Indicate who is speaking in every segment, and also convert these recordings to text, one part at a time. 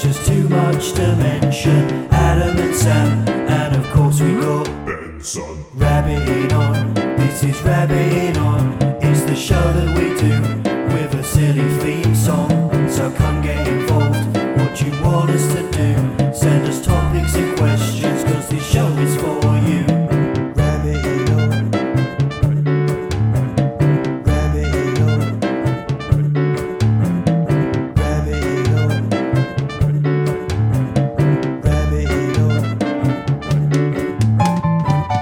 Speaker 1: just too much to mention. Adam and Sam, and of course we got
Speaker 2: Benson.
Speaker 1: Rabbiting On. This is Rabbiting On. It's the show that we do with a silly theme song. So come get involved. What you want us to do? Send us topics and questions, cause this show is for you. Rabbiting On. Rabbiting On. Rabbiting On. Rabbiting On.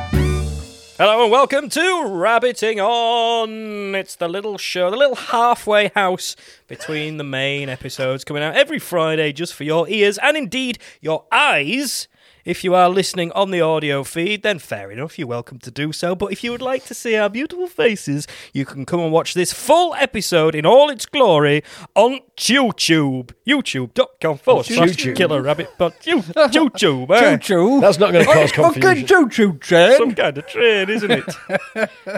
Speaker 3: Hello and welcome to Rabbiting On. It's the little show, the little halfway house between the main episodes coming out every Friday just for your ears and indeed your eyes. If you are listening on the audio feed, then fair enough, you're welcome to do so. But if you would like to see our beautiful faces, you can come and watch this full episode in all its glory on YouTube. YouTube.com forward slash
Speaker 4: YouTube.
Speaker 3: killer rabbit. But you- YouTube, eh?
Speaker 4: Choo-choo.
Speaker 5: That's not going to cause
Speaker 4: Fucking
Speaker 5: confusion.
Speaker 4: choo-choo train.
Speaker 3: some kind of train, isn't it?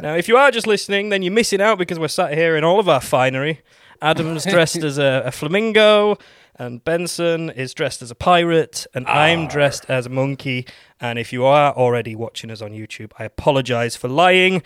Speaker 3: now, if you are just listening, then you're missing out because we're sat here in all of our finery. Adam's dressed as a, a flamingo, and Benson is dressed as a pirate, and I'm dressed as a monkey. And if you are already watching us on YouTube, I apologize for lying.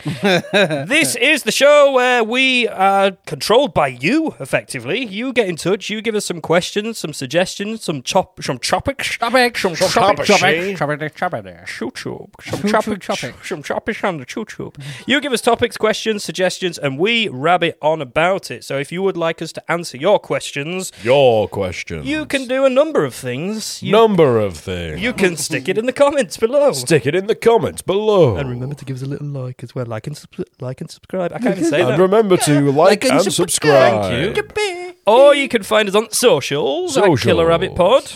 Speaker 3: this is the show where we are controlled by you, effectively. You get in touch, you give us some questions, some suggestions, some chop, some topics,
Speaker 4: Topics.
Speaker 3: some
Speaker 5: Topics.
Speaker 3: topics, eh?
Speaker 4: Choppity, choppity.
Speaker 3: choo-choo. Some
Speaker 4: Choo-choo
Speaker 3: choppish,
Speaker 4: chopping.
Speaker 3: some choppish on the choo-choo. You give us topics, questions, suggestions, and we rabbit on about it. So if you would like us to answer your questions,
Speaker 5: Your question.
Speaker 3: you can do a number of things. You,
Speaker 5: Number of things.
Speaker 3: you can stick it in the comments below.
Speaker 5: Stick it in the comments below.
Speaker 3: and remember to give us a little like as well. Like and, subs- like and subscribe. I can't even say
Speaker 5: And
Speaker 3: that.
Speaker 5: remember to like,
Speaker 4: and
Speaker 5: and subscribe.
Speaker 4: subscribe.
Speaker 3: Or you can find us on socials at Killer Rabbit Pod.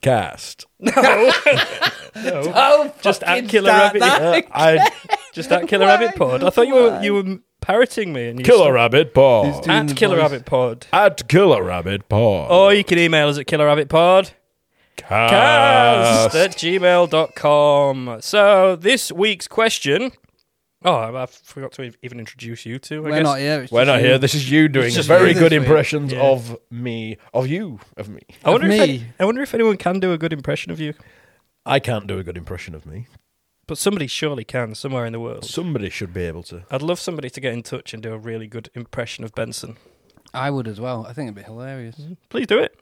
Speaker 5: Cast.
Speaker 4: Oh,
Speaker 3: Just
Speaker 4: fucking
Speaker 3: at Killer
Speaker 4: start
Speaker 3: Rabbit.
Speaker 4: that.
Speaker 5: Uh, I,
Speaker 3: Just at Killer Rabbit Pod. I thought you were you were parroting me. And you
Speaker 5: Killer Rabbit Paw.
Speaker 4: doing the
Speaker 3: At Killer
Speaker 4: voice.
Speaker 3: Rabbit Pod.
Speaker 5: At Killer Rabbit Paw.
Speaker 3: Or you can email us at Killer Rabbit Pod. cast
Speaker 5: Cast.
Speaker 4: Ah.
Speaker 3: at gmail.com. So this week's question. Oh, I I forgot to ev- even introduce you two. I
Speaker 4: We're
Speaker 3: guess.
Speaker 4: not e- here. it's
Speaker 5: We're
Speaker 4: just
Speaker 5: not
Speaker 4: you.
Speaker 5: here. This is you doing
Speaker 3: just
Speaker 5: very
Speaker 4: me.
Speaker 5: good
Speaker 4: This way.
Speaker 5: impressions of me, of you, of me.
Speaker 3: I wonder,
Speaker 4: Of
Speaker 3: if
Speaker 4: me.
Speaker 3: any- I wonder if anyone can do a good impression of you.
Speaker 5: I can't do a good impression of me.
Speaker 3: But somebody surely can somewhere in the world.
Speaker 5: Somebody should be able to.
Speaker 3: I'd love somebody to get in touch and do a really good impression of Benson.
Speaker 4: I would as well. I think it'd be hilarious.
Speaker 3: Please do it.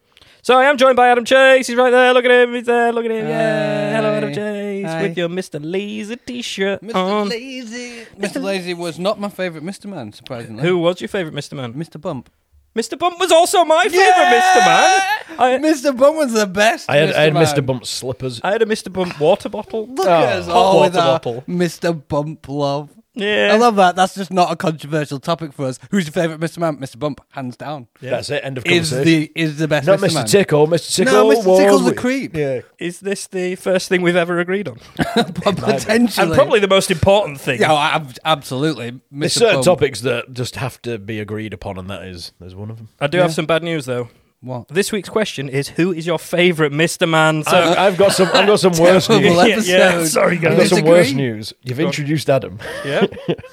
Speaker 3: So I am joined by Adam Chase. He's right there. Look at him. He's there. Look at him. Yeah. Hello, Adam
Speaker 4: Hi.
Speaker 3: Chase.
Speaker 4: Hi.
Speaker 3: With your Mr. Laser t-shirt
Speaker 4: Mr.
Speaker 3: on.
Speaker 5: Um,
Speaker 4: Lazy. Mr. Lazy was not my favourite Mr. Man, surprisingly.
Speaker 3: Who was your favourite Mr. Man?
Speaker 4: Mr. Bump.
Speaker 3: Mr. Bump was also my favourite Mr. Man. I,
Speaker 4: Mr. Bump was the best.
Speaker 5: I had,
Speaker 4: Mr.
Speaker 5: I had
Speaker 4: Man.
Speaker 5: Mr. Bump's slippers.
Speaker 3: I had a Mr. Bump water bottle.
Speaker 4: Look at us
Speaker 5: Oh,
Speaker 4: all
Speaker 5: hot
Speaker 4: with
Speaker 5: water
Speaker 4: our
Speaker 5: bottle.
Speaker 4: Mr. Bump love.
Speaker 3: Yeah.
Speaker 4: I love that. That's just not a controversial topic for us. Who's your favourite Mr. Man? Mr. Bump, hands down.
Speaker 5: That's it. End of
Speaker 4: Is
Speaker 5: conversation.
Speaker 4: the is the best
Speaker 5: Not
Speaker 4: Mr.
Speaker 5: Mr.
Speaker 4: Man.
Speaker 5: Tickle. Mr. Tickle.
Speaker 4: No, Mr.
Speaker 5: was
Speaker 4: Tickle's a
Speaker 5: wi-
Speaker 4: creep.
Speaker 5: Yeah.
Speaker 3: Is this the first thing we've ever agreed on?
Speaker 4: Potentially.
Speaker 3: and probably the most important thing.
Speaker 4: Yeah, oh, ab- absolutely. Mr.
Speaker 5: There's certain
Speaker 4: Bump.
Speaker 5: topics that just have to be agreed upon, and that is there's one of them.
Speaker 3: I do have some bad news though.
Speaker 4: What?
Speaker 3: This week's question is who is your favourite Mr. Man? So
Speaker 5: I've, I've got some. I've got some worse
Speaker 4: Terrible
Speaker 5: news.
Speaker 3: Yeah, yeah,
Speaker 4: episode.
Speaker 3: sorry, guys.
Speaker 5: I've got some worse
Speaker 4: Disagree?
Speaker 5: news. You've introduced Adam.
Speaker 3: yeah,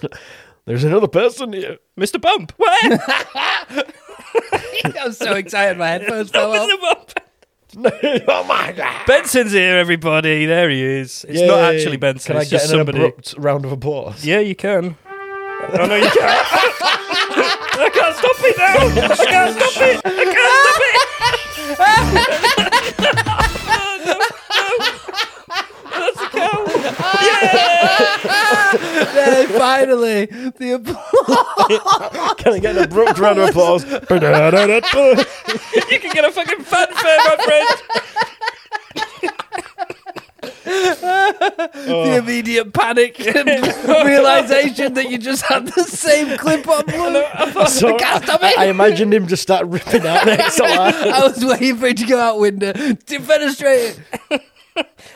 Speaker 5: There's another person here.
Speaker 3: Mr. Bump. Where?
Speaker 4: I'm so excited. My headphones fell off.
Speaker 3: Mr. Bump.
Speaker 5: oh my god!
Speaker 3: Benson's here, everybody. There he is. It's not
Speaker 5: Yay.
Speaker 3: actually Benson.
Speaker 5: Can I
Speaker 3: it's
Speaker 5: get
Speaker 3: just
Speaker 5: an
Speaker 3: somebody.
Speaker 5: abrupt round of applause?
Speaker 3: Yeah, you can. Oh no, you can't. I can't stop it now. I can't stop it. I can't stop it.
Speaker 4: Yay, finally, the applause.
Speaker 5: Can I get an abrupt round of applause? That's
Speaker 3: You can get a fucking fanfare, my friend.
Speaker 4: the immediate panic and realization that you just had the same clip on blue.
Speaker 5: all right.
Speaker 4: can't stop it.
Speaker 5: I imagined him just start ripping out next time.
Speaker 4: I was waiting for it to go out window. Defenestrate it.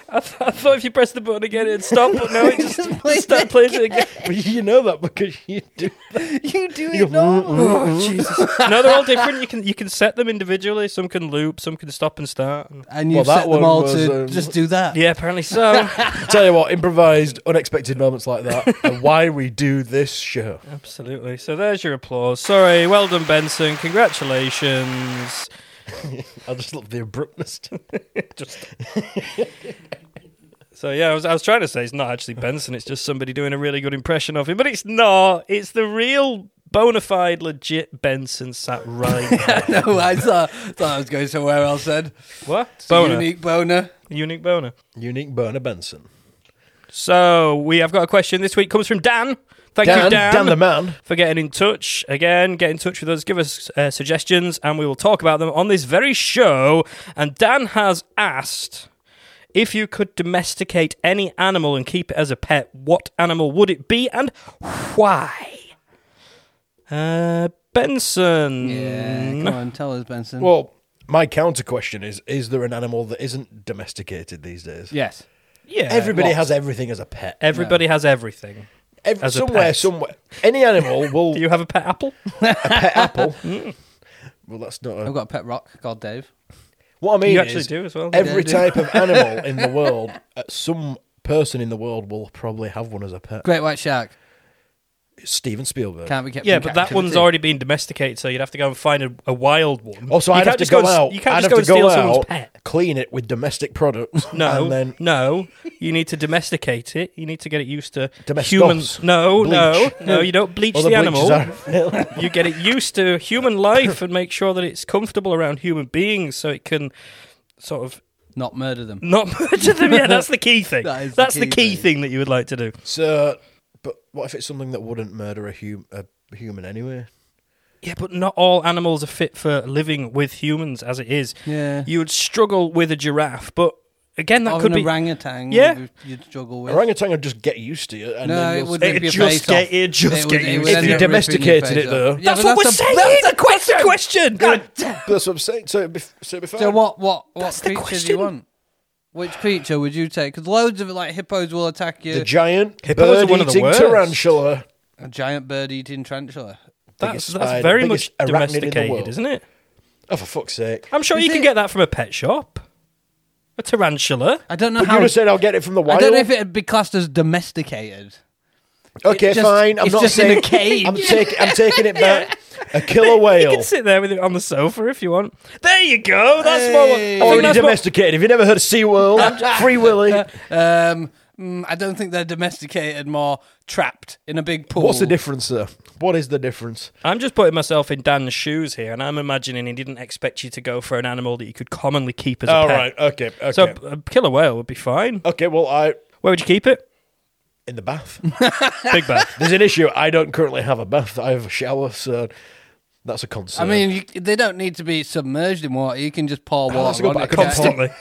Speaker 3: I thought if you press the button again, it'd stop, but no, it just,
Speaker 4: Just
Speaker 3: just
Speaker 4: plays it
Speaker 3: start plays it again.
Speaker 5: But you know that because you do.
Speaker 4: You do it normal. Oh,
Speaker 3: No, they're all different. You can you can set them individually. Some can loop, some can stop and start.
Speaker 4: And you've
Speaker 5: Well, that
Speaker 4: set
Speaker 5: one
Speaker 4: them all
Speaker 5: was,
Speaker 4: to
Speaker 5: um,
Speaker 4: just do that.
Speaker 3: Yeah, apparently so.
Speaker 5: Tell you what, improvised, unexpected moments like that are why we do this show.
Speaker 3: Absolutely. So there's your applause. Sorry. Well done, Benson. Congratulations.
Speaker 5: I just love the abruptness. to it.
Speaker 3: So yeah, I was, I was trying to say it's not actually Benson. It's just somebody doing a really good impression of him, but it's not. It's the real bona fide, legit Benson sat right. there.
Speaker 4: no, I saw, thought I was going somewhere else then.
Speaker 3: what
Speaker 4: Boner.
Speaker 3: boner?
Speaker 4: Unique boner.
Speaker 3: Unique boner.
Speaker 5: Unique burner Benson.
Speaker 3: So we have got a question this week. Comes from Dan. Thank you, Dan,
Speaker 5: Dan the man.
Speaker 3: for getting in touch. Again, get in touch with us. Give us uh, suggestions, and we will talk about them on this very show. And Dan has asked. If you could domesticate any animal and keep it as a pet, what animal would it be and why? Uh, Benson.
Speaker 4: Yeah, come on, tell us, Benson.
Speaker 5: Well, my counter question is: Is there an animal that isn't domesticated these days?
Speaker 4: yes.
Speaker 3: Yeah.
Speaker 5: Everybody
Speaker 3: lots.
Speaker 5: has everything as a pet.
Speaker 3: Everybody has everything.
Speaker 5: Ev-
Speaker 3: As a
Speaker 5: somewhere,
Speaker 3: pet.
Speaker 5: somewhere, any animal will
Speaker 3: Do you have a pet apple?
Speaker 5: pet apple. Well, that's not.
Speaker 4: I've
Speaker 5: A,
Speaker 4: got a pet rock called Dave.
Speaker 5: what I mean
Speaker 3: you
Speaker 5: is,
Speaker 3: actually do as well.
Speaker 5: every
Speaker 4: Yeah, I
Speaker 5: type of animal in the world, uh, some person in the world will probably have one as a pet.
Speaker 4: Great white shark.
Speaker 5: Steven Spielberg.
Speaker 4: Can't be kept
Speaker 3: yeah,
Speaker 4: in
Speaker 3: but that
Speaker 4: captivity.
Speaker 3: one's already been domesticated, so you'd have to go and find a, a wild one.
Speaker 5: Also,
Speaker 3: You
Speaker 5: Oh, I'd
Speaker 3: can't
Speaker 5: have to
Speaker 3: just go and
Speaker 5: go
Speaker 3: s-
Speaker 5: out.
Speaker 3: You can't
Speaker 5: I'd
Speaker 3: just
Speaker 5: have
Speaker 3: go
Speaker 5: to
Speaker 3: and steal
Speaker 5: go
Speaker 3: someone's
Speaker 5: out,
Speaker 3: pet.
Speaker 5: clean it with domestic products,
Speaker 3: No,
Speaker 5: and then
Speaker 3: no. You need to domesticate it. You need to get it used to
Speaker 5: Domestos.
Speaker 3: humans. No, no,
Speaker 5: Bleach.
Speaker 3: no. You don't bleach
Speaker 5: other
Speaker 3: the
Speaker 5: bleachers
Speaker 3: animal.
Speaker 5: are-
Speaker 3: you get it used to human life and make sure that it's comfortable around human beings, so it can sort of
Speaker 4: Not murder them.
Speaker 3: not murder them. Yeah, that's the key thing.
Speaker 4: That is the
Speaker 3: that's the
Speaker 4: key
Speaker 3: key
Speaker 4: thing.
Speaker 3: thing that you would like to do.
Speaker 5: so, but what if it's something that wouldn't murder a, hum- a human anyway?
Speaker 3: Yeah, but not all animals are fit for living with humans as it is.
Speaker 4: Yeah.
Speaker 3: You would struggle with a giraffe, but again, that
Speaker 4: Or
Speaker 3: could
Speaker 4: an
Speaker 3: be.
Speaker 4: orangutan.
Speaker 3: Yeah.
Speaker 4: you- You'd struggle with.
Speaker 5: Orangutan would just get used to it, and
Speaker 4: No,
Speaker 5: then
Speaker 4: it
Speaker 5: you'll
Speaker 4: wouldn't
Speaker 5: say-
Speaker 4: be a
Speaker 5: just
Speaker 4: face
Speaker 5: get
Speaker 4: off.
Speaker 5: it, just
Speaker 4: It would-
Speaker 5: get
Speaker 4: it
Speaker 5: used
Speaker 4: would end up
Speaker 5: to it. If you
Speaker 4: ripping your
Speaker 5: domesticated
Speaker 4: face
Speaker 5: it
Speaker 4: off.
Speaker 5: though,
Speaker 4: Yeah,
Speaker 3: that's
Speaker 4: but
Speaker 3: what
Speaker 4: that's
Speaker 3: we're
Speaker 4: a-
Speaker 3: saying.
Speaker 4: That's a question.
Speaker 3: question.
Speaker 5: that's what I'm saying. So, it'd be, so it'd be fine.
Speaker 4: So what? What? What
Speaker 3: That's the
Speaker 4: creature do
Speaker 3: question.
Speaker 4: you want? Which creature would you take? Because loads of like hippos will attack you.
Speaker 5: The giant
Speaker 3: Hippos are one of the
Speaker 5: bird-eating
Speaker 3: worst.
Speaker 5: tarantula.
Speaker 4: a giant bird eating tarantula.
Speaker 3: That's,
Speaker 5: Biggest
Speaker 3: that's
Speaker 5: spider,
Speaker 3: very much
Speaker 5: biggest arachnid in the
Speaker 3: domesticated,
Speaker 5: world.
Speaker 3: isn't it?
Speaker 5: Oh, for fuck's sake!
Speaker 3: I'm sure
Speaker 4: Is
Speaker 3: you can
Speaker 4: it-
Speaker 3: get that from a pet shop. A tarantula.
Speaker 4: I don't know
Speaker 5: But
Speaker 4: how.
Speaker 5: you just said I'll get it from the
Speaker 4: I
Speaker 5: wild.
Speaker 4: don't know if it'd be classed as domesticated.
Speaker 5: okay,
Speaker 4: it's just-
Speaker 5: fine. I'm
Speaker 4: it's
Speaker 5: not
Speaker 4: just in a
Speaker 5: saying.
Speaker 4: cage.
Speaker 5: I'm taking. I'm taking it back. A killer whale.
Speaker 3: You can sit there with it on the sofa if you want. There you go. That's what. I
Speaker 4: Hey.
Speaker 3: think
Speaker 5: Already
Speaker 3: that's what-
Speaker 5: domesticated. Have you never heard of SeaWorld? Free Willy.
Speaker 4: Um, mm, I don't think they're domesticated. More trapped in a big pool.
Speaker 5: What's the difference, sir? What is the difference?
Speaker 3: I'm just putting myself in Dan's shoes here, and I'm imagining he didn't expect you to go for an animal that you could commonly keep as a
Speaker 5: All
Speaker 3: pet.
Speaker 5: right. Okay. Okay.
Speaker 3: So a killer whale would be fine.
Speaker 5: okay. Well, I
Speaker 3: Where would you keep it?
Speaker 5: in the bath.
Speaker 3: Big bath.
Speaker 5: There's an issue. I don't currently have a bath. I have a shower, so that's a concern.
Speaker 4: I mean, you, they don't need to be submerged in water. You can just pour
Speaker 5: that's
Speaker 4: water
Speaker 5: a good-
Speaker 4: on
Speaker 5: I
Speaker 4: it.
Speaker 5: could
Speaker 4: can't
Speaker 5: just-
Speaker 4: you?
Speaker 3: Constantly.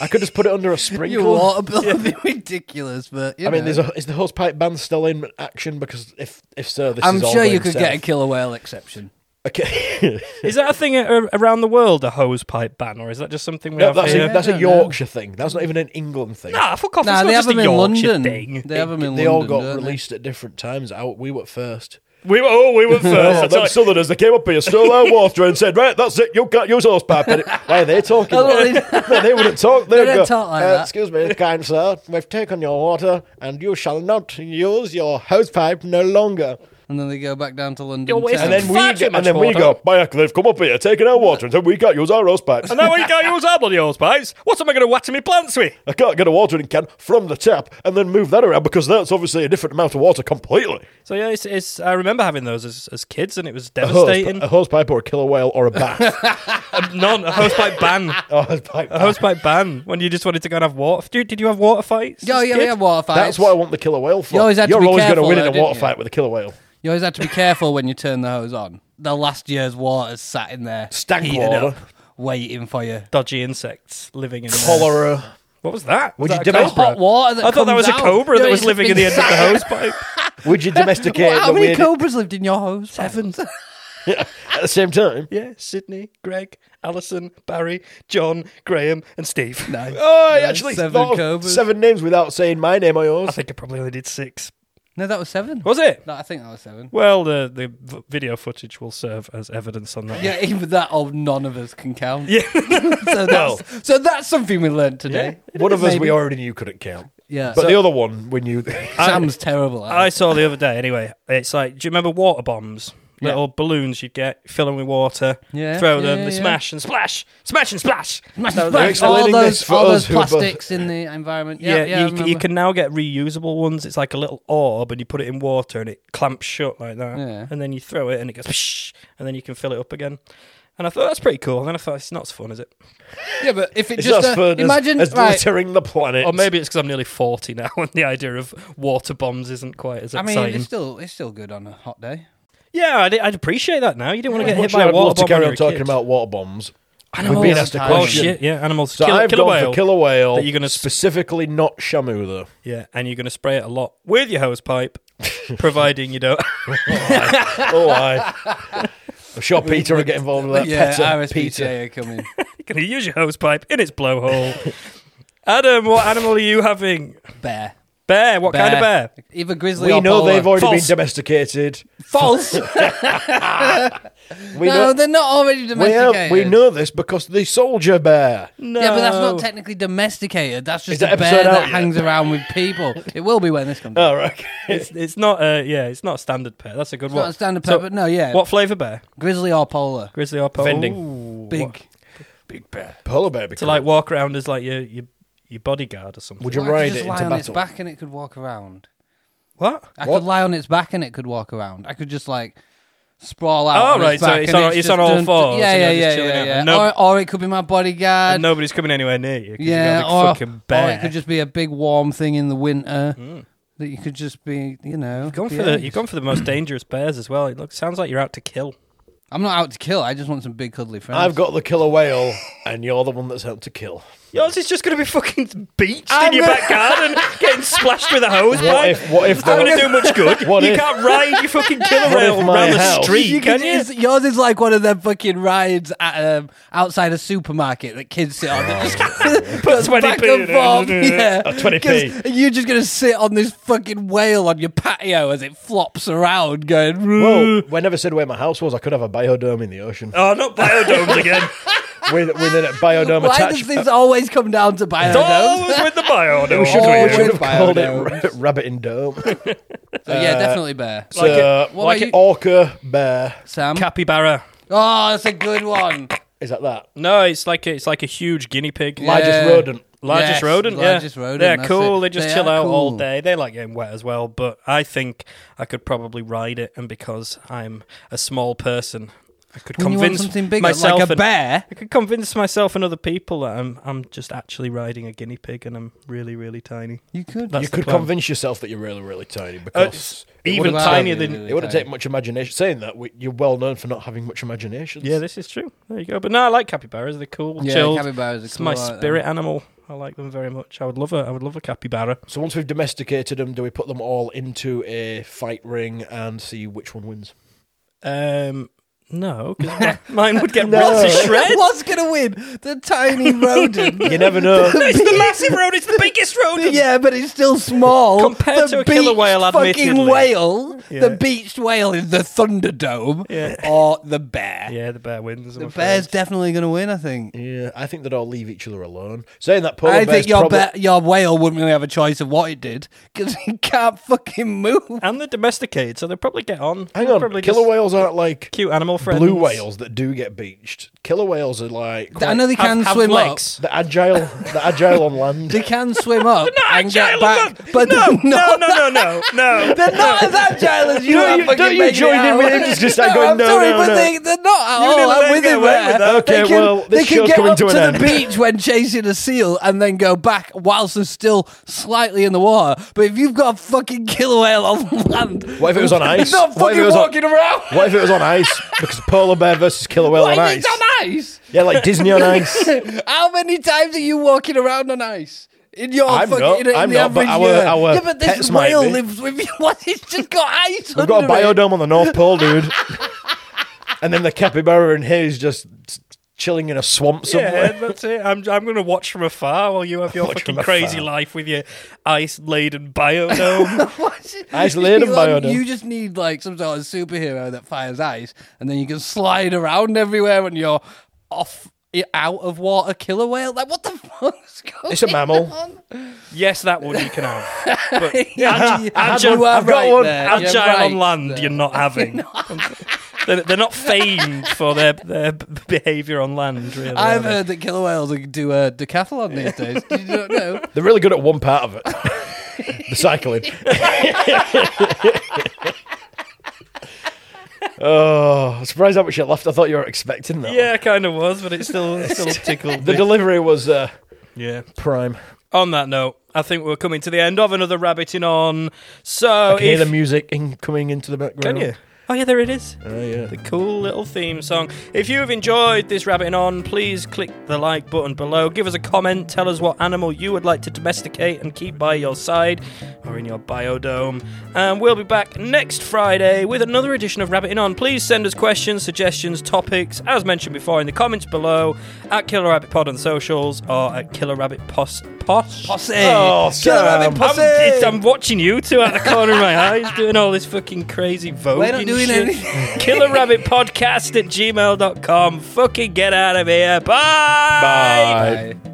Speaker 5: I could just put it under a sprinkler.
Speaker 4: Your water bill would be ridiculous, but you
Speaker 5: I mean,
Speaker 4: know.
Speaker 5: there's a, is the hosepipe ban still in action? Because if if so, this
Speaker 4: I'm
Speaker 5: is all
Speaker 4: sure
Speaker 5: by
Speaker 4: you could get a
Speaker 5: itself.
Speaker 4: killer whale exception.
Speaker 5: Okay,
Speaker 3: Is that a thing a- around the world, a hose pipe ban, or is that just something we
Speaker 5: no,
Speaker 3: have
Speaker 5: that's,
Speaker 3: here?
Speaker 5: a, that's
Speaker 4: I
Speaker 5: a
Speaker 4: don't know.
Speaker 5: Yorkshire thing. That's not even an England thing.
Speaker 3: Nah, fuck off.
Speaker 4: Nah,
Speaker 3: it's not
Speaker 4: they have
Speaker 3: just
Speaker 4: them
Speaker 3: a
Speaker 4: in
Speaker 3: Yorkshire
Speaker 4: London.
Speaker 3: thing.
Speaker 4: They have them in
Speaker 5: they
Speaker 4: London.
Speaker 5: all got
Speaker 4: don't they?
Speaker 5: released at different times. Out we were first.
Speaker 3: We were, oh, we were first. I tell you.
Speaker 5: Southerners, they came up here, stole our water, and said, "Right, that's it. You can't use horsepipe." And it- Why are they talking?
Speaker 4: Oh,
Speaker 5: like that? no, they wouldn't talk. They, would
Speaker 4: don't
Speaker 5: go,
Speaker 4: talk like
Speaker 5: "Uh,
Speaker 4: that."
Speaker 5: Excuse me, kind sir. We've taken your water, and you shall not use your hosepipe no longer.
Speaker 4: And then they go back down to London.
Speaker 3: You're wasting
Speaker 4: town.
Speaker 5: And then we,
Speaker 3: Far
Speaker 5: go-
Speaker 3: too much
Speaker 5: and then we
Speaker 3: water.
Speaker 5: go, back, they've come up here, taken our water, and said we can't use our hosepipe.
Speaker 3: and now we can't use our bloody hose pipes. What am I going to water me plants with?
Speaker 5: I can't get a watering can from the tap and then move that around because that's obviously a different amount of water completely.
Speaker 3: So yeah, it's, it's, I remember having those as, as kids, and it was
Speaker 5: A hose,
Speaker 3: devastating.
Speaker 5: a hose pipe or a killer whale or a bath.
Speaker 3: non a hosepipe ban.
Speaker 5: a hose pipe.
Speaker 3: A hosepipe ban when you just wanted to go and have water. Dude, did you have water fights?
Speaker 4: Yo,
Speaker 3: as a
Speaker 4: yeah,
Speaker 3: kid?
Speaker 4: we have water fights.
Speaker 5: That's what I want the killer whale for.
Speaker 4: You always had to
Speaker 5: are
Speaker 4: be
Speaker 5: always
Speaker 4: careful,
Speaker 5: going to win
Speaker 4: though,
Speaker 5: in a
Speaker 4: didn't
Speaker 5: water
Speaker 4: you?
Speaker 5: fight with a killer whale.
Speaker 4: You always have to be careful when you turn the hose on. The last year's water's sat in there,
Speaker 5: Stank
Speaker 4: heated
Speaker 5: water.
Speaker 4: up, waiting for you.
Speaker 3: Dodgy insects living in there.
Speaker 5: Cholera.
Speaker 3: What was that? Was
Speaker 5: Would you
Speaker 3: that a
Speaker 5: domestic-
Speaker 3: cobra?
Speaker 4: Hot water. That
Speaker 3: I thought that
Speaker 4: comes
Speaker 3: was a
Speaker 4: out.
Speaker 3: cobra
Speaker 4: You know,
Speaker 3: that was
Speaker 4: it's
Speaker 3: living at the
Speaker 4: been
Speaker 3: end of the
Speaker 4: sat-
Speaker 3: hose pipe.
Speaker 5: Would you domesticate
Speaker 4: What, how
Speaker 5: the
Speaker 4: many
Speaker 5: weird
Speaker 4: cobras lived in your hose?
Speaker 3: Oh,
Speaker 4: Seven.
Speaker 5: at the same time?
Speaker 3: Yeah, Sydney, Greg, Alison, Barry, John, Graham, and Steve.
Speaker 4: Nice.
Speaker 5: Oh, I
Speaker 4: Nice.
Speaker 5: actually
Speaker 4: seven
Speaker 5: thought of
Speaker 4: cobras.
Speaker 5: seven names without saying my name or
Speaker 3: I
Speaker 5: yours.
Speaker 3: think I probably only did six.
Speaker 4: No, that was seven.
Speaker 3: Was it?
Speaker 4: No, I think that was seven.
Speaker 3: Well, the the v- video footage will serve as evidence on that.
Speaker 4: Yeah, even that, or none of us can count.
Speaker 3: Yeah.
Speaker 4: so, that's, so that's something we learned today.
Speaker 5: One of us we
Speaker 4: Maybe.
Speaker 5: already knew couldn't count,
Speaker 4: Yeah.
Speaker 5: but the other one we knew.
Speaker 4: Sam's terrible. At
Speaker 3: I
Speaker 4: it.
Speaker 3: saw the other day. Anyway, it's like, do you remember water bombs?
Speaker 4: Yeah.
Speaker 3: little balloons you'd get, fill them with water,
Speaker 4: Yeah,
Speaker 3: throw
Speaker 4: yeah,
Speaker 3: them, they
Speaker 4: yeah.
Speaker 3: smash and splash, smash and splash.
Speaker 4: All
Speaker 5: they're
Speaker 4: those, all
Speaker 5: explaining this
Speaker 4: those
Speaker 5: for us who are both-
Speaker 4: plastics in the environment. Yeah, yeah. I
Speaker 3: you, c- you
Speaker 4: remember.
Speaker 3: can now get reusable ones. It's like a little orb, and you put it in water, and it clamps shut like that.
Speaker 4: Yeah.
Speaker 3: And then you throw it, and it goes, psh, and then you can fill it up again. And I thought that's pretty cool. And then I thought it's not as fun, is it?
Speaker 4: Yeah, but if it
Speaker 5: It's
Speaker 4: just
Speaker 5: just
Speaker 4: uh,
Speaker 5: fun
Speaker 4: imagine
Speaker 5: as, as
Speaker 4: right,
Speaker 5: littering the planet.
Speaker 3: Or maybe it's because I'm nearly forty now, and the idea of water bombs isn't quite as
Speaker 4: I mean,
Speaker 3: exciting.
Speaker 4: it's still it's still good on a hot day.
Speaker 3: yeah, I'd, I'd appreciate that now. You didn't want to get hit
Speaker 5: Much
Speaker 3: by
Speaker 5: I'd
Speaker 3: a water
Speaker 5: love to
Speaker 3: bomb.
Speaker 5: carry
Speaker 3: when
Speaker 5: on
Speaker 3: you're a
Speaker 5: talking
Speaker 3: kid.
Speaker 5: about water bombs.
Speaker 3: animals.
Speaker 5: being asked a
Speaker 3: Oh
Speaker 5: question.
Speaker 3: shit! Yeah, animals.
Speaker 5: So
Speaker 3: kill,
Speaker 5: I've
Speaker 3: kill a
Speaker 5: gone
Speaker 3: whale.
Speaker 5: for killer whale.
Speaker 3: That you're gonna sp-
Speaker 5: specifically not Shamu though.
Speaker 3: yeah, and you're going to spray it a lot with your hose pipe, providing you don't.
Speaker 5: Oh, I. I'm sure Peter will get involved with that.
Speaker 4: yeah,
Speaker 5: Peter,
Speaker 4: RSPCA
Speaker 5: Peter.
Speaker 4: are coming.
Speaker 3: Can you use your hose pipe in its blowhole? Adam, what animal are you having?
Speaker 4: Bear.
Speaker 3: Bear. What kind of bear?
Speaker 4: Either grizzly
Speaker 5: We
Speaker 4: or
Speaker 5: know
Speaker 4: polar.
Speaker 5: they've already
Speaker 3: False.
Speaker 5: been domesticated.
Speaker 4: false.
Speaker 5: We
Speaker 4: no,
Speaker 5: know,
Speaker 4: they're not already
Speaker 5: we,
Speaker 4: domesticated. Mm.
Speaker 5: have, we know this because the soldier bear.
Speaker 3: No.
Speaker 4: Yeah, but that's not technically domesticated. That's
Speaker 5: Is
Speaker 4: just
Speaker 5: that
Speaker 4: a bear
Speaker 5: episode
Speaker 4: that
Speaker 5: out yet?
Speaker 4: hangs around with people. It will be when this comes. out.
Speaker 5: Oh, right.
Speaker 3: it's, it's not. Uh, yeah, it's not a standard bear. That's a good
Speaker 4: It's
Speaker 3: one.
Speaker 4: not a standard
Speaker 3: So,
Speaker 4: pet, but no, yeah.
Speaker 3: What flavour bear?
Speaker 4: Grizzly or polar?
Speaker 3: Grizzly or polar?
Speaker 5: Fending.
Speaker 3: Ooh,
Speaker 4: Big.
Speaker 3: what-
Speaker 5: Big bear. Polar bear.
Speaker 3: To like walk around as like your your, your bodyguard or something.
Speaker 5: Would you
Speaker 4: Well, I
Speaker 5: ride
Speaker 4: could just
Speaker 5: it
Speaker 4: lie
Speaker 5: into
Speaker 4: on its
Speaker 5: battle?
Speaker 4: back and it could walk around.
Speaker 3: what?
Speaker 4: I
Speaker 5: What?
Speaker 4: could lie on its back and it could walk around. I could just like sprawl out.
Speaker 3: Oh,
Speaker 4: on
Speaker 3: right,
Speaker 4: its
Speaker 3: so
Speaker 4: back
Speaker 3: it's
Speaker 4: and
Speaker 3: on- it's
Speaker 4: just
Speaker 3: on all
Speaker 4: done-
Speaker 3: fours
Speaker 4: Yeah,
Speaker 3: and
Speaker 4: yeah,
Speaker 3: you're just
Speaker 4: yeah,
Speaker 3: chilling out.
Speaker 4: yeah. yeah.
Speaker 3: No-
Speaker 4: Or, or it could be my bodyguard.
Speaker 3: And nobody's coming anywhere near you. 'cause
Speaker 4: Uh, yeah,
Speaker 3: you've
Speaker 4: or,
Speaker 3: got a big fucking bear.
Speaker 4: or it could just be a big warm thing in the winter that you could just be, you know.
Speaker 3: You've gone
Speaker 4: be
Speaker 3: for the
Speaker 4: out.
Speaker 3: you've gone for the most dangerous bears as well. It looks sounds like you're out to kill.
Speaker 4: I'm not out to kill. I just want some big cuddly friends.
Speaker 5: I've got the killer whale, and you're the one that's helped to kill.
Speaker 3: Yours is just going to be fucking beached in
Speaker 4: I'm
Speaker 3: your
Speaker 4: gonna-
Speaker 3: back garden, getting splashed with a hose
Speaker 5: What
Speaker 3: pipe.
Speaker 5: if? What if?
Speaker 3: not
Speaker 5: the-
Speaker 3: going to do much good.
Speaker 5: What
Speaker 3: you
Speaker 5: if-
Speaker 3: can't ride your fucking killer
Speaker 5: What if
Speaker 3: rail
Speaker 5: my
Speaker 3: around the
Speaker 5: house-
Speaker 3: street, can
Speaker 4: could-
Speaker 3: you?
Speaker 4: it's- Yours is like one of them fucking rides at, um, outside a supermarket that kids sit on. That just
Speaker 3: Put 20p
Speaker 4: back and
Speaker 3: in it.
Speaker 4: forth. Yeah,
Speaker 5: A 20p.
Speaker 4: 'Cause You're just gonna sit on this fucking whale on your patio as it flops around, going.
Speaker 5: Whoa!
Speaker 4: "Roo."
Speaker 5: I never said where my house was. I could have a biodome in the ocean
Speaker 3: Oh, not biodomes again.
Speaker 5: with with a biodome
Speaker 4: Why does
Speaker 5: attached.
Speaker 4: this always come down to
Speaker 3: It's
Speaker 4: biodomes?
Speaker 3: always with the biodome.
Speaker 5: We should, we
Speaker 4: Always
Speaker 5: should have called it
Speaker 4: biodomes.
Speaker 5: ra- rabbit in dome.
Speaker 4: So, yeah, definitely bear.
Speaker 5: So, like,
Speaker 4: what about
Speaker 5: an
Speaker 4: you-
Speaker 5: orca bear.
Speaker 4: Sam.
Speaker 3: Capybara.
Speaker 4: Oh, that's a good one.
Speaker 5: Is that that?
Speaker 3: No, it's like a, it's like a huge guinea pig.
Speaker 4: Yeah.
Speaker 5: Largest rodent.
Speaker 3: Largest
Speaker 4: Yes,
Speaker 3: rodent,
Speaker 4: largest
Speaker 3: yeah.
Speaker 4: rodent,
Speaker 3: They're
Speaker 4: that's
Speaker 3: cool.
Speaker 4: it.
Speaker 3: They just
Speaker 4: They
Speaker 3: chill
Speaker 4: are
Speaker 3: out all
Speaker 4: cool.
Speaker 3: day. They like getting wet as well. But I think I could probably ride it, and because I'm a small person, I could
Speaker 4: When you want
Speaker 3: convince
Speaker 4: something bigger,
Speaker 3: myself
Speaker 4: like a
Speaker 3: and-
Speaker 4: bear.
Speaker 3: I could convince myself and other people that I'm I'm just actually riding a guinea pig, and I'm really really tiny.
Speaker 4: You could.
Speaker 3: That's
Speaker 5: you
Speaker 3: the
Speaker 5: could
Speaker 3: plan. Uh,
Speaker 5: convince yourself that you're really, really tiny because it
Speaker 3: even
Speaker 5: wouldn't
Speaker 3: tinier
Speaker 5: take-
Speaker 3: than-
Speaker 5: It wouldn't take much imagination. Saying that, we, you're well known for not having much imagination.
Speaker 3: Yeah, this is true. There you go. But no, I like capybaras. They're cool,
Speaker 4: Yeah,
Speaker 3: chilled.
Speaker 4: capybaras are um,
Speaker 3: it's
Speaker 4: cool,
Speaker 3: my
Speaker 4: aren't they?
Speaker 3: spirit animal. I like them very much. I would love a I would love a capybara.
Speaker 5: So once we've domesticated them, do we put them all into a fight ring and see which one wins?
Speaker 3: Um, no, because mine would get
Speaker 5: No.
Speaker 3: ripped to shreds.
Speaker 4: What's gonna win? The tiny rodent.
Speaker 5: You never know.
Speaker 3: It's the massive road. It's the biggest road.
Speaker 4: Yeah, but it's still small.
Speaker 3: Compared
Speaker 4: the
Speaker 3: to a killer
Speaker 4: beached
Speaker 3: whale, admittedly.
Speaker 4: fucking whale.
Speaker 3: Yeah.
Speaker 4: The beached whale is the Thunderdome
Speaker 3: Yeah.
Speaker 4: or the bear.
Speaker 3: Yeah, the bear wins. I'm
Speaker 4: The
Speaker 3: afraid.
Speaker 4: bear's definitely going to win, I think.
Speaker 5: yeah, I think they'd all leave each other alone. Saying that, polar
Speaker 4: I
Speaker 5: bears
Speaker 4: think your
Speaker 5: probably-
Speaker 4: bear, your whale wouldn't really have a choice of what it did because it can't fucking move.
Speaker 3: and they're domesticated, so they'll probably get on.
Speaker 5: Hang
Speaker 3: They're
Speaker 5: on,
Speaker 3: probably
Speaker 5: killer
Speaker 3: just
Speaker 5: whales aren't like
Speaker 3: cute animal friends.
Speaker 5: blue whales that do get beached. Killer whales are like quite,
Speaker 4: I know they
Speaker 3: Have-
Speaker 4: can
Speaker 3: have
Speaker 4: swim
Speaker 3: legs.
Speaker 4: up.
Speaker 5: the agile, the agile on land.
Speaker 4: They can swim up and
Speaker 3: Agile
Speaker 4: get back,
Speaker 3: enough.
Speaker 4: but
Speaker 3: no,
Speaker 4: they're
Speaker 3: no,
Speaker 4: not.
Speaker 3: no, no, no, no.
Speaker 4: They're not as agile as you
Speaker 5: Don't
Speaker 4: are.
Speaker 5: you-
Speaker 4: fucking
Speaker 5: don't you
Speaker 4: making
Speaker 5: join
Speaker 4: it
Speaker 5: in
Speaker 4: out.
Speaker 5: with him? He's just like
Speaker 4: no,
Speaker 5: going,
Speaker 4: I'm
Speaker 5: no,
Speaker 4: sorry,
Speaker 5: no,
Speaker 4: but
Speaker 5: no.
Speaker 4: They, they're not at
Speaker 3: You
Speaker 4: all.
Speaker 3: didn't let
Speaker 4: I'm
Speaker 3: him
Speaker 4: with
Speaker 3: get
Speaker 4: him
Speaker 3: away
Speaker 4: there.
Speaker 3: with that.
Speaker 5: Okay,
Speaker 4: they can,
Speaker 5: well,
Speaker 4: they
Speaker 5: this
Speaker 4: can
Speaker 5: show's
Speaker 4: get
Speaker 5: coming
Speaker 4: up
Speaker 5: to an
Speaker 4: the
Speaker 5: end.
Speaker 4: beach when chasing a seal and then go back whilst they're still slightly in the water. But if you've got a fucking killer whale on land,
Speaker 5: What if it was on ice?
Speaker 4: They're not
Speaker 5: What if it
Speaker 4: fucking
Speaker 5: was on-
Speaker 4: walking around.
Speaker 5: What if it was on ice? Because polar bear versus killer whale
Speaker 4: Why
Speaker 5: on
Speaker 4: is
Speaker 5: ice.
Speaker 4: it on ice?
Speaker 5: Yeah, like Disney on ice.
Speaker 4: How many times are you walking around on ice? In your
Speaker 5: I'm
Speaker 4: fucking,
Speaker 5: not-
Speaker 4: in, in
Speaker 5: I'm
Speaker 4: the
Speaker 5: not, but
Speaker 4: average
Speaker 5: our-
Speaker 4: year.
Speaker 5: our
Speaker 4: yeah, but
Speaker 5: pets
Speaker 4: this
Speaker 5: might
Speaker 4: whale
Speaker 5: be.
Speaker 4: lives with you. What? It's just got ice
Speaker 5: We've got a
Speaker 4: under it.
Speaker 5: biodome on the North Pole, dude. and then the capybara in here is just chilling in a swamp somewhere.
Speaker 3: Yeah, that's it. I'm I'm going to watch from afar while you have your
Speaker 5: Watch
Speaker 3: fucking
Speaker 5: from
Speaker 3: crazy
Speaker 5: afar.
Speaker 3: life with your ice laden biodome.
Speaker 4: What's it-
Speaker 5: Ice laid
Speaker 4: you,
Speaker 5: and
Speaker 4: like-
Speaker 5: biodome.
Speaker 4: you just need like some sort of superhero that fires ice, and then you can slide around everywhere, and you're off i- out of water killer whale. Like what the fuck's going?
Speaker 5: It's a mammal.
Speaker 4: on?
Speaker 3: yes, that one you can have.
Speaker 4: Yeah,
Speaker 3: Agile,
Speaker 4: you are
Speaker 3: I've got
Speaker 4: right
Speaker 3: one.
Speaker 4: there. You're
Speaker 3: Agile
Speaker 4: right
Speaker 3: on land,
Speaker 4: there.
Speaker 3: you're not having. They're, they're not famed for their their behaviour on land, really. are
Speaker 4: I've
Speaker 3: they?
Speaker 4: heard that killer whales do a decathlon these days. Did you not know?
Speaker 5: They're really good at one part of it. the cycling. oh, I'm surprised how much you left. I thought you were expecting that.
Speaker 3: Yeah, I kind of was, but it still it still tickled.
Speaker 5: one. The
Speaker 3: me.
Speaker 5: delivery was uh,
Speaker 3: yeah.
Speaker 5: prime.
Speaker 3: On that note, I think we're coming to the end of another rabbiting on. So
Speaker 5: I can hear
Speaker 3: Oh, if-
Speaker 5: the music in, coming into the background.
Speaker 3: can you? Oh yeah, there it is.
Speaker 5: Oh, yeah.
Speaker 3: The cool little theme song. If you've enjoyed this rabbiting on, please click the like button below. Give us a comment. Tell us what animal you would like to domesticate and keep by your side or in your biodome. And we'll be back next Friday with another edition of Rabbiting On. Please send us questions, suggestions, topics, as mentioned before, in the comments below at Killer Rabbit Pod on socials or at Killer Rabbit Pos. Pos?
Speaker 4: Posse.
Speaker 5: Oh,
Speaker 4: killer rabbit
Speaker 5: Sam.
Speaker 3: I'm,
Speaker 4: posse.
Speaker 3: it's- I'm watching you two out the corner of my eyes doing all this fucking crazy voting.
Speaker 4: We're not doing
Speaker 3: shit.
Speaker 4: anything.
Speaker 3: Killer Rabbit Podcast at gmail.com. Fucking get out of here. Bye.
Speaker 5: Bye.
Speaker 4: Bye.